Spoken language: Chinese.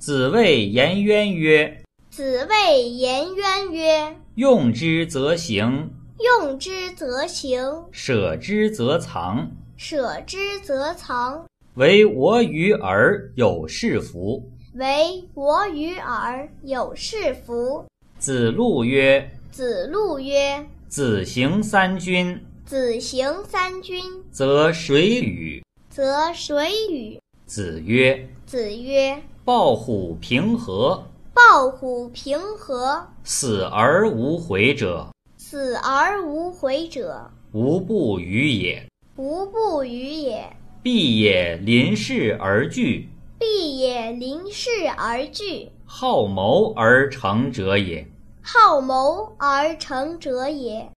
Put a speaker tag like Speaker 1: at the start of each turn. Speaker 1: 子谓颜渊曰
Speaker 2: 子谓颜渊曰：“
Speaker 1: 用之则行，：“
Speaker 2: 用之则行，
Speaker 1: 舍之则藏。
Speaker 2: 舍之则藏。
Speaker 1: 唯我与尔有是夫。”
Speaker 2: 唯我与尔有是夫。”
Speaker 1: 子路曰”
Speaker 2: 子路曰：“
Speaker 1: 子行三军，：“
Speaker 2: 子行三军，
Speaker 1: 则谁与
Speaker 2: 则谁与？”
Speaker 1: 子曰？”
Speaker 2: 子曰：“
Speaker 1: 抱虎平和，：“
Speaker 2: 抱虎平和，
Speaker 1: 死而无悔者，
Speaker 2: 死而无悔者，
Speaker 1: 无不与也。
Speaker 2: 无不与也。
Speaker 1: 必也临事而惧，
Speaker 2: 必也临事而惧，
Speaker 1: 好谋而成者也。”
Speaker 2: 好谋而成者也。